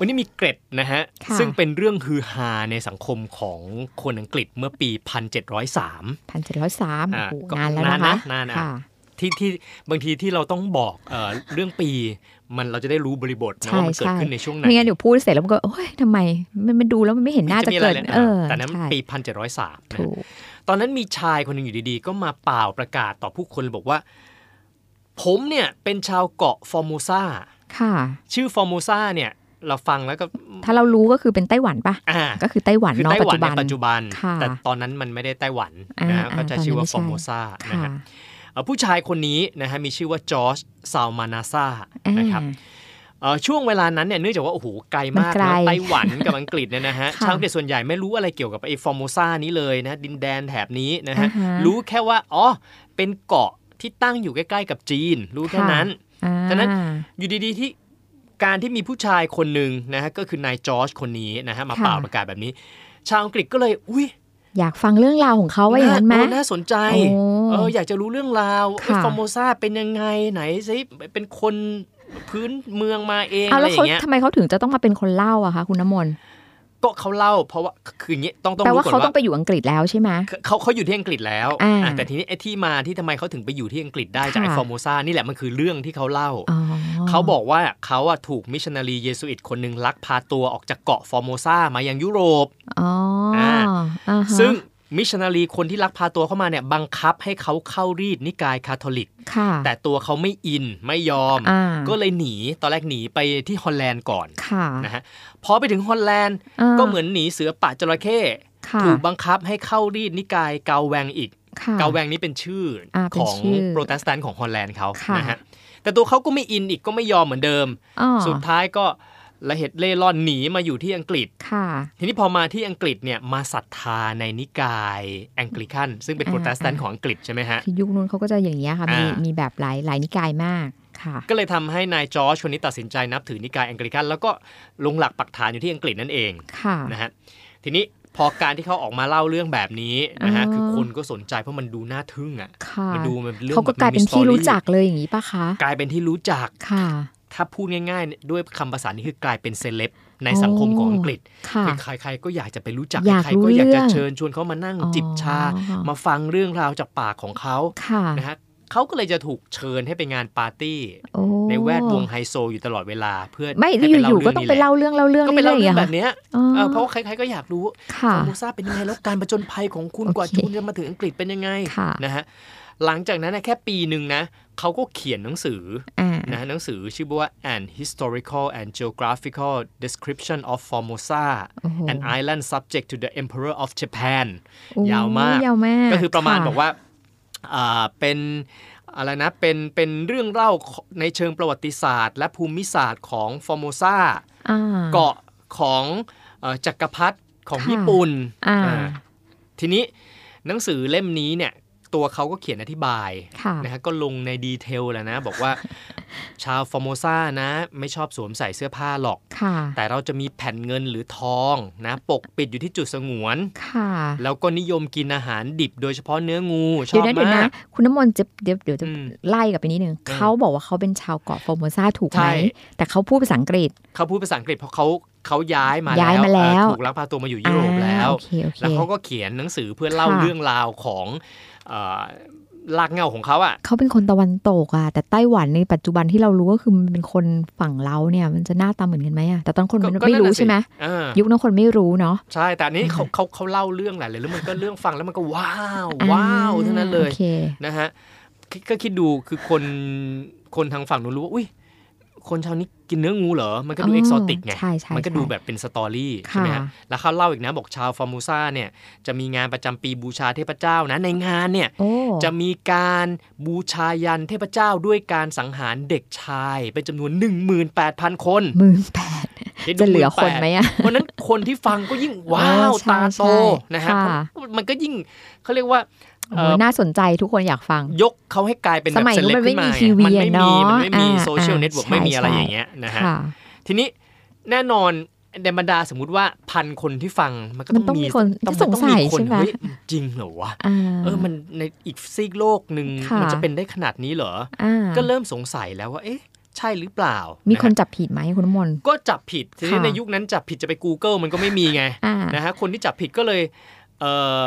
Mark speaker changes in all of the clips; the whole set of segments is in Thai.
Speaker 1: วันนี้มีเกร็ดนะฮะ
Speaker 2: ค่ะ
Speaker 1: ซึ่งเป็นเรื่องฮือฮาในสังคมของคนอังกฤษเมื่อปี 1703
Speaker 2: พันเจ็ดร้อยสาม
Speaker 1: อ่า
Speaker 2: โอ้โห
Speaker 1: ก็
Speaker 2: นานแล้วนะคะ
Speaker 1: นานนะนานนะ
Speaker 2: ค่ะ
Speaker 1: ที่ที่บางทีที่เราต้องบอกเออเรื่องปี มันเราจะได้รู้บริบทนะ
Speaker 2: ใช่
Speaker 1: ว่ามันเกิด
Speaker 2: ใช่
Speaker 1: ขึ้นในช่วงไหน
Speaker 2: ไม่งั้นเดี๋ยวพูดเสร็จแล้วมันก็โอ๊ยทำไมมันมันดูแล้วมันไม่เห็นน่าจะ
Speaker 1: มีอไร
Speaker 2: เกิด
Speaker 1: ลย
Speaker 2: เออ
Speaker 1: แต่นั้น
Speaker 2: ใช่
Speaker 1: ปี 1703นะ
Speaker 2: ถู
Speaker 1: ฮะ
Speaker 2: ก
Speaker 1: ตอนนั้นมีชายคนหนึ่งอยู่ดีๆ ก็มาเป่าประกาศต่อผู้คนเลยบอกว่า ผมเนี่ยเป็นชาวเกาะฟอร์โมซา
Speaker 2: ค่ะ
Speaker 1: ชื่อฟอร์โมซาเนี่ยเราฟังแล้วก็
Speaker 2: ถ้าเรารู้ก็คือเป็นไต้หวันปะ
Speaker 1: อ่า
Speaker 2: ก็คือไต้หวัน
Speaker 1: คือ
Speaker 2: เนาะ
Speaker 1: ไต้
Speaker 2: ปัจ
Speaker 1: หวันใน
Speaker 2: จุบัน
Speaker 1: ปัจจุบัน
Speaker 2: ค่ะ
Speaker 1: แต่ตอนนั้นมันไม่ได้ไต้หวัน
Speaker 2: อ่า
Speaker 1: นะฮะ
Speaker 2: อ่า
Speaker 1: ก็จะชื่อว่าฟ
Speaker 2: ต
Speaker 1: อ
Speaker 2: อน
Speaker 1: ร์โม
Speaker 2: นั้นไม่ใช่
Speaker 1: ซานะ
Speaker 2: ค่ะ
Speaker 1: ฮะเอ่อผู้ชายคนนี้นะฮะมีชื่อว่าจอร์จซาวมานาซา
Speaker 2: อ่า
Speaker 1: นะครับเอ่อช่วงเวลานั้นเนี่ยเนื่องจากว่าโอ้โหไกล
Speaker 2: มัน
Speaker 1: มาก
Speaker 2: ไกล
Speaker 1: นะไต้หวันกับอังกฤษเนี่ยนะฮะ
Speaker 2: ค่ะ
Speaker 1: ชาวอังกฤษส่วนใหญ่ไม่รู้อะไรเกี่ยวกับไอ้ฟอร์โมซานี้เลยนะดินแดนแถบนี้นะฮะ
Speaker 2: อ่าฮะ
Speaker 1: รู้แค่ว่าอ๋อเป็นเกาะที่ตั้งอยู่ใกล้ๆกับจีน รู้แค่
Speaker 2: ค่ะ
Speaker 1: นั้น
Speaker 2: อ่า
Speaker 1: ฉะนั้น อยู่ดีๆที่การที่มีผู้ชายคนหนึ่งนะฮะก็คือนายจอร์จคนนี้นะฮะมาเป่าประกาศแบบนี้ ชาวอังกฤษก็เลยอุ้ย
Speaker 2: อยากฟังเรื่องราวของเขาว่าอย่างนั้นไหม
Speaker 1: เออน่าสนใจ
Speaker 2: โอ้
Speaker 1: เออ อยากจะรู้เรื่องราว
Speaker 2: ค่ะ
Speaker 1: เอ้ยฟอร์โมซาเป็นยังไงไหนสิเป็นคนพื้นเมืองมาเอง
Speaker 2: เอา
Speaker 1: อะไร
Speaker 2: แล้ว
Speaker 1: อ
Speaker 2: เขา
Speaker 1: ย่างเงี้ย
Speaker 2: ทำไมเขาถึงจะต้องมาเป็นคนเล่าอะคะคุณน้ำมนต์
Speaker 1: ก็เขาเล่าเพราะว่าคืออย่างเงี้ยต้องต้อง
Speaker 2: แปล
Speaker 1: รู้
Speaker 2: ว่า
Speaker 1: ก่อน
Speaker 2: เขาต้อ
Speaker 1: ว่าง
Speaker 2: ไปอยู่อังกฤษแล้วใช่ไหม
Speaker 1: เขาเขาอยู่ที่อังกฤษแล้ว
Speaker 2: อ่า
Speaker 1: อ่ะแต่ทีนี้ไอ้ที่มาที่ทำไมเขาถึงไปอยู่ที่อังกฤษได้จากไอ้
Speaker 2: ค่ะ
Speaker 1: ฟอร์โมซานี่แหละมันคือเรื่องที่เขาเล่า
Speaker 2: อ๋อ
Speaker 1: เขาบอกว่าเขาอะถูกมิชชันนารีเยซูอิตคนหนึ่งลักพาตัวออกจากเกาะฟอร์โมซามายังยุโรป
Speaker 2: อ๋ออา อ่าฮะ
Speaker 1: ซึ่งมิชชันนารีคนที่ลักพาตัวเข้ามาเนี่ยบังคับให้เขาเข้ารีดนิกายคาทอลิก
Speaker 2: ค่ะ
Speaker 1: แต่ตัวเขาไม่อินไม่ยอม
Speaker 2: อ่า
Speaker 1: ก็เลยหนีตอนแรกหนีไปที่ฮอลแลนด์ก่อน
Speaker 2: ค่ะ
Speaker 1: นะฮะพอไปถึงฮอลแลนด์
Speaker 2: า
Speaker 1: ก็เหมือนหนีเสือป่าจระเข้
Speaker 2: ค่ะ
Speaker 1: ถูกบังคับให้เข้ารีดนิกายเกาแวงอีก
Speaker 2: ค่ะ
Speaker 1: เกาแวงนี้เป็นชื่ออา ข
Speaker 2: เป็น
Speaker 1: อง
Speaker 2: ชื่อ
Speaker 1: โปรเตสแตนต์ของฮอลแลนด์เขา
Speaker 2: ค่ะ
Speaker 1: นะฮะแต่ตัวเขาก็ไม่อินอีกก็ไม่ยอมเหมือนเดิม
Speaker 2: อ๋อ
Speaker 1: สุดท้ายก็ละเหตุเล่ร่อนหนีมาอยู่ที่อังกฤษ
Speaker 2: ค่ะ
Speaker 1: ทีนี้พอมาที่อังกฤษเนี่ยมาศรัทธาในนิกายแองกลิคันซึ่งเป็น
Speaker 2: อ่า
Speaker 1: โปรเตสแตนต์ของอังกฤษใช่ไหมฮะ
Speaker 2: คือยุคนู้นเขาก็จะอย่างนี้ยค่ะ มี
Speaker 1: อ่ามี
Speaker 2: มีแบบหลายหลายนิกายมากค่ะ
Speaker 1: ก็เลยทำให้นายจอร์จคนนี้ตัดสินใจนับถือนิกายแองกลิคันแล้วก็ลงหลักปักฐานอยู่ที่อังกฤษนั่นเอง
Speaker 2: ค่ะ
Speaker 1: นะฮะทีนี้พอการที่เขาออกมาเล่าเรื่องแบบนี้นะฮะ
Speaker 2: อ๋อ
Speaker 1: คือคนก็สนใจเพราะมันดูน่าทึ่งอ่ะ
Speaker 2: ค่ะ
Speaker 1: มันดูมันเป็นเรื่อง
Speaker 2: เขาก็กลายเป็น
Speaker 1: แบบ
Speaker 2: ที่
Speaker 1: มี story
Speaker 2: รู้จักเลยอย่างนี้ปะคะ
Speaker 1: กลายเป็นที่รู้จัก
Speaker 2: ค่ะ
Speaker 1: ถ้าพูดง่าย ๆ ด้วยคำภาษานี้คือกลายเป็นเซเลบในสังคมของอังกฤษ
Speaker 2: ค่ะ
Speaker 1: คือใครๆก็อยากจะไปรู้จัก
Speaker 2: อยาก
Speaker 1: ใครๆก็
Speaker 2: รู้
Speaker 1: อยาก
Speaker 2: เรื่
Speaker 1: จะ
Speaker 2: อง
Speaker 1: เชิญชวนเขามานั่ง
Speaker 2: อ๋อ
Speaker 1: จิบชา มาฟังเรื่องราวจากปากของเขา
Speaker 2: ค่ะ
Speaker 1: นะฮะเขาก็เลยจะถูกเชิญให้ไปงานปาร์ตี้
Speaker 2: โอ้
Speaker 1: ในแวดวงไฮโซอยู่ตลอดเวลาเพื่อ
Speaker 2: ไม่
Speaker 1: ให้
Speaker 2: อยู่อยู่ๆก็
Speaker 1: รื่
Speaker 2: ต้องไป
Speaker 1: นี้แหละ
Speaker 2: เล่าเรื่องเล่าเรื่อง
Speaker 1: ก็ไป
Speaker 2: เรื่
Speaker 1: เล่า
Speaker 2: อยๆ
Speaker 1: เรื่อ
Speaker 2: อะ
Speaker 1: งแบ
Speaker 2: ค่ะ
Speaker 1: บเนี้ย
Speaker 2: อ๋อ
Speaker 1: เออเพราะว่าใครๆก็อยากรู้
Speaker 2: ค่ะ
Speaker 1: ฟอร์โมซาเป็นยังไงแล้วการประจนภัยของคุณ
Speaker 2: โอเค
Speaker 1: กว่าคุณจะมาถึงอังกฤษเป็นยังไง
Speaker 2: ค่ะ
Speaker 1: นะฮะหลังจากนั้นนะแค่ปีหนึ่งนะเขาก็เขียนหนังสือ
Speaker 2: อ่า
Speaker 1: นะฮะหนังสือชื่อว่า An Historical and Geographical Description of Formosa
Speaker 2: โอ้โห
Speaker 1: an Island Subject to the Emperor of Japan
Speaker 2: โอ้
Speaker 1: ยาวมาก
Speaker 2: ยาวมาก
Speaker 1: ก็คือประมาณ
Speaker 2: ะ
Speaker 1: บอกว่าอ่าเป็นอะไรนะเป็นเป็นเรื่องเล่าในเชิงประวัติศาสตร์ และภูมิศาสตร์ของฟอร์โมซา
Speaker 2: อ่า
Speaker 1: เกาะของเอ่อจักรพรรดิของ
Speaker 2: ค่ะ
Speaker 1: ญี่ปุ่น
Speaker 2: อ่า
Speaker 1: อ่าทีนี้หนังสือเล่มนี้เนี่ยตัวเขาก็เขียนอธิบาย
Speaker 2: ค่ะ
Speaker 1: นะฮะก็ลงในดีเทลแหล้วนะ บอกว่า ชาวฟอร์โมซานะ ไม่ชอบสวมใส่เสื้อผ้าหรอก
Speaker 2: ค่ะ
Speaker 1: แต่เราจะมีแผ่นเงินหรือทองนะ ปกปิดอยู่ที่จุดสงวน
Speaker 2: ค่ะ
Speaker 1: แล้วก็นิยมกินอาหารดิบโดยเฉพาะเนื้องูช
Speaker 2: เดี๋ย
Speaker 1: อบ
Speaker 2: วนะเดี๋ยว
Speaker 1: มา
Speaker 2: นะ
Speaker 1: ก
Speaker 2: คุณน้ำมนต์จะเดี๋ยวเดี๋ยวจะ
Speaker 1: อืม
Speaker 2: ไล่กลับไปนิดนึงเขาบอกว่าเขาเป็นชาวเกาะฟอร์โมซาถูก
Speaker 1: ใช่
Speaker 2: ไหมแต่เขาพูดภาษาอังกฤษ
Speaker 1: เขาพูดภาษาอังกฤษเพราะเขาเขาย้ายมา
Speaker 2: ย้ายมาแล้ว
Speaker 1: เอ่อถูกลักพาตัวมาอยู่ยุโรปแล้ว
Speaker 2: อ่าโอเคโอเค
Speaker 1: แล้วเขาก็เขียนหนังสือเพื่อเล่า
Speaker 2: ค่ะ
Speaker 1: เรื่องราวของเอ่อลากเหงาของเขาอะ
Speaker 2: เขาเป็นคนตะวันตกอะแต่ไต้หวันในปัจจุบันที่เรารู้ก็คือมันเป็นคนฝั่งเราเนี่ย มันจะหน้าตาเหมือนกันไหมอะแต่ตอนคนมัน
Speaker 1: ก็ก็
Speaker 2: ไม่
Speaker 1: นั่น
Speaker 2: รู้
Speaker 1: น่ะสิ
Speaker 2: ใช่ไหม
Speaker 1: อ่า
Speaker 2: ยุคนั้นคนไม่รู้เนาะ
Speaker 1: ใช่ แต่อันนี้เขา
Speaker 2: อ่า
Speaker 1: เขาเขาเล่าเรื่องหลายเลยแล้วมันก็เรื่องฟังแล้วมันก็ว้าวว้าว
Speaker 2: อ่
Speaker 1: เท่านั้นเลย
Speaker 2: โอเค
Speaker 1: นะฮะคิดก็คิดดูคือคนคนทางฝั่งนู้นรู้ว่าอุ้ยคนชาวนี้กินเนื้องูเหรอ มันก็ดู
Speaker 2: อ๋อ
Speaker 1: เอกซอติกไง
Speaker 2: ใช่ใช่
Speaker 1: มันก็ดู
Speaker 2: ใช่
Speaker 1: แบบเป็นสตอรี่ใช่ไหมฮะ
Speaker 2: ค่ะ
Speaker 1: แล้วเขาเล่าอีกนะบอกชาวฟอร์มูซาเนี่ยจะมีงานประจำปีบูชาเทพเจ้านะในงานเนี่ย
Speaker 2: โอ้
Speaker 1: จะมีการบูชายันเทพเจ้าด้วยการสังหารเด็กชายเป็นจำนวน 18,000 คน
Speaker 2: หมื่นแปด
Speaker 1: คิดดู
Speaker 2: จะเหลือคน
Speaker 1: 18,000
Speaker 2: ไหมอะ
Speaker 1: เพราะฉะนั้นคนที่ฟังก็ยิ่งว้าว
Speaker 2: อ่าใช่
Speaker 1: ตาโต
Speaker 2: ใช่
Speaker 1: นะฮะ
Speaker 2: ค่ะ
Speaker 1: เพราะมันก็ยิ่งเขาเรียกว่า
Speaker 2: โอ้ยน่าสนใจทุกคนอยากฟัง
Speaker 1: ยกเขาให้กลายเป็นแบ
Speaker 2: ส
Speaker 1: บ
Speaker 2: มัย
Speaker 1: เซ
Speaker 2: นู้
Speaker 1: เลบ
Speaker 2: นมัน
Speaker 1: ขึ้น
Speaker 2: ไม่
Speaker 1: มา
Speaker 2: มี
Speaker 1: ไง
Speaker 2: ทีวี
Speaker 1: มันไม่มีมัน
Speaker 2: อะเนาะ
Speaker 1: ไม่มี
Speaker 2: อ่า
Speaker 1: โซเชียล
Speaker 2: อ่า
Speaker 1: เน็ตเวิร์ก
Speaker 2: ใช่
Speaker 1: ไม่มีอะไร
Speaker 2: ใช่
Speaker 1: อย่างเงี้ยนะฮะ
Speaker 2: ค่ะ
Speaker 1: ทีนี้แน่นอนในบรรดาสมมติว่าพันคนที่ฟังมันก็
Speaker 2: มั
Speaker 1: ต้อน ง
Speaker 2: ต้อง
Speaker 1: มี
Speaker 2: มีคน
Speaker 1: ต้อง
Speaker 2: สงสั
Speaker 1: ต้อ
Speaker 2: ย
Speaker 1: งมีคน
Speaker 2: ใช่ไหม
Speaker 1: เฮ้ยจริงเหรอวะ
Speaker 2: อ่า
Speaker 1: เออมันในอีกซีกโลกหนึ่ง
Speaker 2: ค่ะ
Speaker 1: มัจะเป็นได้ขนาดนี้เหรอ
Speaker 2: อ่า
Speaker 1: ก็เริ่มสงสัยแล้วว่า เอ๊ะ ใช่หรือเปล่า
Speaker 2: มี
Speaker 1: มี
Speaker 2: คนจับผิดไหมคุณน้ำมนต์
Speaker 1: ก็จับผิดทีนี้
Speaker 2: ค่ะ
Speaker 1: ในยุคนั้นจับผิดจะไป Google มันก็ไม่มีไง
Speaker 2: อ่า
Speaker 1: นะฮะคนที่จับผิดก็เลยเอ่อ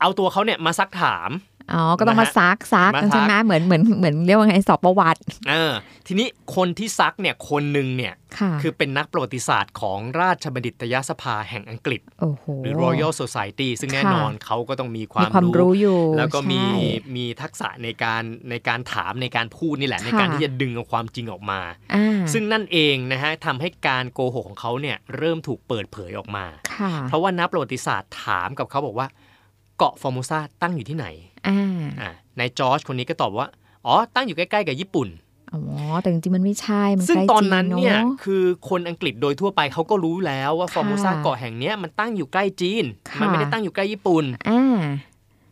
Speaker 1: เอาตัวเขาเนี่ยมาซักถาม
Speaker 2: อ๋อ ก็ต้องมา
Speaker 1: นะฮะ
Speaker 2: ซักซัก
Speaker 1: มาซัก
Speaker 2: ใช่ไหมเหมือนเหมือนเหมือนเรียกว่าไงสอบประวัติ
Speaker 1: เออทีนี้คนที่ซักเนี่ยคนหนึ่งเนี่ย
Speaker 2: ค่ะ
Speaker 1: คือเป็นนักประวัติศาสตร์ของราชบัณฑิตยสภาแห่งอังกฤษ
Speaker 2: โอ้โห
Speaker 1: หรือ Royal Society ซึ่งแน่นอนเขาก็ต้องมีค
Speaker 2: มี
Speaker 1: วาม
Speaker 2: ความรู้อยู่
Speaker 1: แล้วก็มี
Speaker 2: ใช่
Speaker 1: มีทักษะในการในการถามในการพูดนี่แหละ ในการ
Speaker 2: ค่ะ
Speaker 1: ที่จะดึงเอาความจริงออกมา
Speaker 2: อ่า
Speaker 1: ซึ่งนั่นเองนะฮะทำให้การโกหกของเขาเนี่ยเริ่มถูกเปิดเผยออกมา
Speaker 2: ค่ะ
Speaker 1: เพราะว่านักประวัติศาสตร์ถามกับเขาบอกว่า เกาะฟอร์โมซาตั้งอยู่ที่ไหน
Speaker 2: อ่า
Speaker 1: อ่ะนายจอร์จคนนี้ก็ตอบว่า อ๋อ ตั้งอยู่ใกล้ๆกับญี่ปุ่น
Speaker 2: อ๋อ แต่จริงๆมันไม่ใช่ มัน
Speaker 1: ซึ่ง
Speaker 2: ใกล้
Speaker 1: ตอน
Speaker 2: จริ
Speaker 1: นั้นเนี่ย
Speaker 2: อะ
Speaker 1: คือคนอังกฤษโดยทั่วไปเขาก็รู้แล้วว่าฟอร์โมซา
Speaker 2: ค่ะ
Speaker 1: เกาะแห่งเนี้ยมันตั้งอยู่ใกล้จีน
Speaker 2: ค่ะ
Speaker 1: มัไม่ได้ตั้งอยู่ใกล้ญี่ปุ่น
Speaker 2: อ่า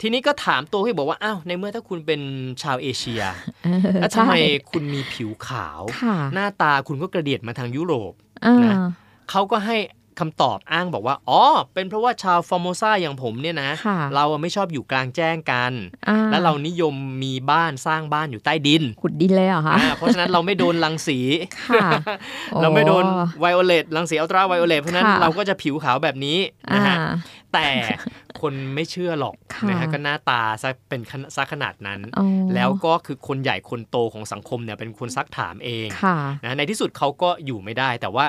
Speaker 1: ทีนี้ก็ถามตัวเขาบอกว่า อ้าว ในเมื่อถ้าคุณเป็นชาวเอเชีย
Speaker 2: เออ
Speaker 1: แล้วทำไม
Speaker 2: ใช่
Speaker 1: คุณมีผิวขาว
Speaker 2: ค่ะ
Speaker 1: หน้าตาคุณก็กระเดียดมาทางยุโรป
Speaker 2: อ่า
Speaker 1: นะ เขาก็ให้คำตอบอ้างบอกว่า อ๋อ เป็นเพราะว่าชาวฟอร์โมซาอย่างผมเนี่ยนะ
Speaker 2: ค่ะ
Speaker 1: เราอะไม่ชอบอยู่กลางแจ้งกัน
Speaker 2: อ่
Speaker 1: และเรานิยมมีบ้านสร้างบ้านอยู่ใต้ดิน
Speaker 2: ขุดดินเลยเหรอคะ
Speaker 1: อ่าเพราะฉะนั้นเราไม่โดนรังสี
Speaker 2: ค่ะ
Speaker 1: เราไม่โดน
Speaker 2: อ้
Speaker 1: ไวโอเลตรังสีอัลตราไวโอเลตเพราะฉะนั้น
Speaker 2: ค่ะ
Speaker 1: เราก็จะผิวขาวแบบนี้นะ
Speaker 2: อ่า
Speaker 1: ฮะแต่คนไม่เชื่อหรอก
Speaker 2: ค่ะ
Speaker 1: นะฮะก็หน้าตาซะเป็นขนาดซะขนาดนั้น
Speaker 2: อ๋อ
Speaker 1: แล้วก็คือคนใหญ่คนโตของสังคมเนี่ยเป็นคนซักถามเอง
Speaker 2: ค่ะ
Speaker 1: นะในที่สุดเขาก็อยู่ไม่ได้ แต่ว่า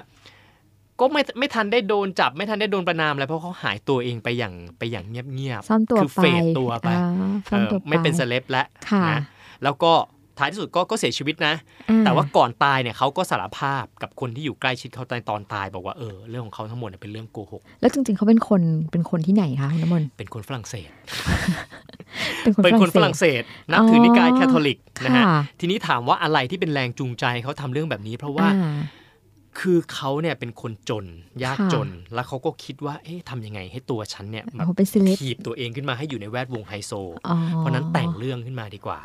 Speaker 1: ก็ไม่ไม่ทันได้โดนจับ ไม่ทันได้โดนประนามอะไรเพราะเขาหายตัวเองไปอย่างไปอย่างเงียบ
Speaker 2: ซ่อนตัว
Speaker 1: คือ
Speaker 2: ไป
Speaker 1: เฟดตัวไป
Speaker 2: อ่า
Speaker 1: ๆ
Speaker 2: ซ่อนตัว
Speaker 1: เออไม่เป็นเซ
Speaker 2: ไป
Speaker 1: เลบแล้ว
Speaker 2: ค่ะ
Speaker 1: นะแล้วก็ท้ายที่สุดก็ก็เสียชีวิตนะ
Speaker 2: อ่
Speaker 1: แต่ว่าก่อนตายเนี่ยเขาก็สารภาพกับคนที่อยู่ใกล้ชิดเขาตอนตอนตาย บอกว่าเออเรื่องของเขาทั้งหมดเนี่ยเป็นเรื่องโกหก
Speaker 2: แล้วจริงๆเขาเป็นคนเป็นคนที่ไหนคะคุณน้ำมนต์
Speaker 1: เป็นคนฝรั่งเศส
Speaker 2: เป็นคน
Speaker 1: เป็นคนฝรั่ง
Speaker 2: เศส
Speaker 1: เศส นับถือนิกาย
Speaker 2: อ๋อ
Speaker 1: แคทอลิกนะฮะ
Speaker 2: ค่ะ
Speaker 1: ทีนี้ถามว่าอะไรที่เป็นแรงจูงใจเขาทำเรื่องแบบนี้ เพราะว่า
Speaker 2: อ่า
Speaker 1: คือเขาเนี่ยเป็นคนจนยาก
Speaker 2: ค่ะ
Speaker 1: จน แล้วเขาก็คิดว่าเอ๊ะทำยังไงให้ตัวฉันเนี่ยแบ
Speaker 2: โอ้
Speaker 1: บ
Speaker 2: โหเป็นเซเลบ
Speaker 1: ถีบตัวเองขึ้นมาให้อยู่ในแวดวงไฮโซ
Speaker 2: อ๋อ
Speaker 1: เพราะนั้นแต่งเรื่องขึ้นมาดีกว่า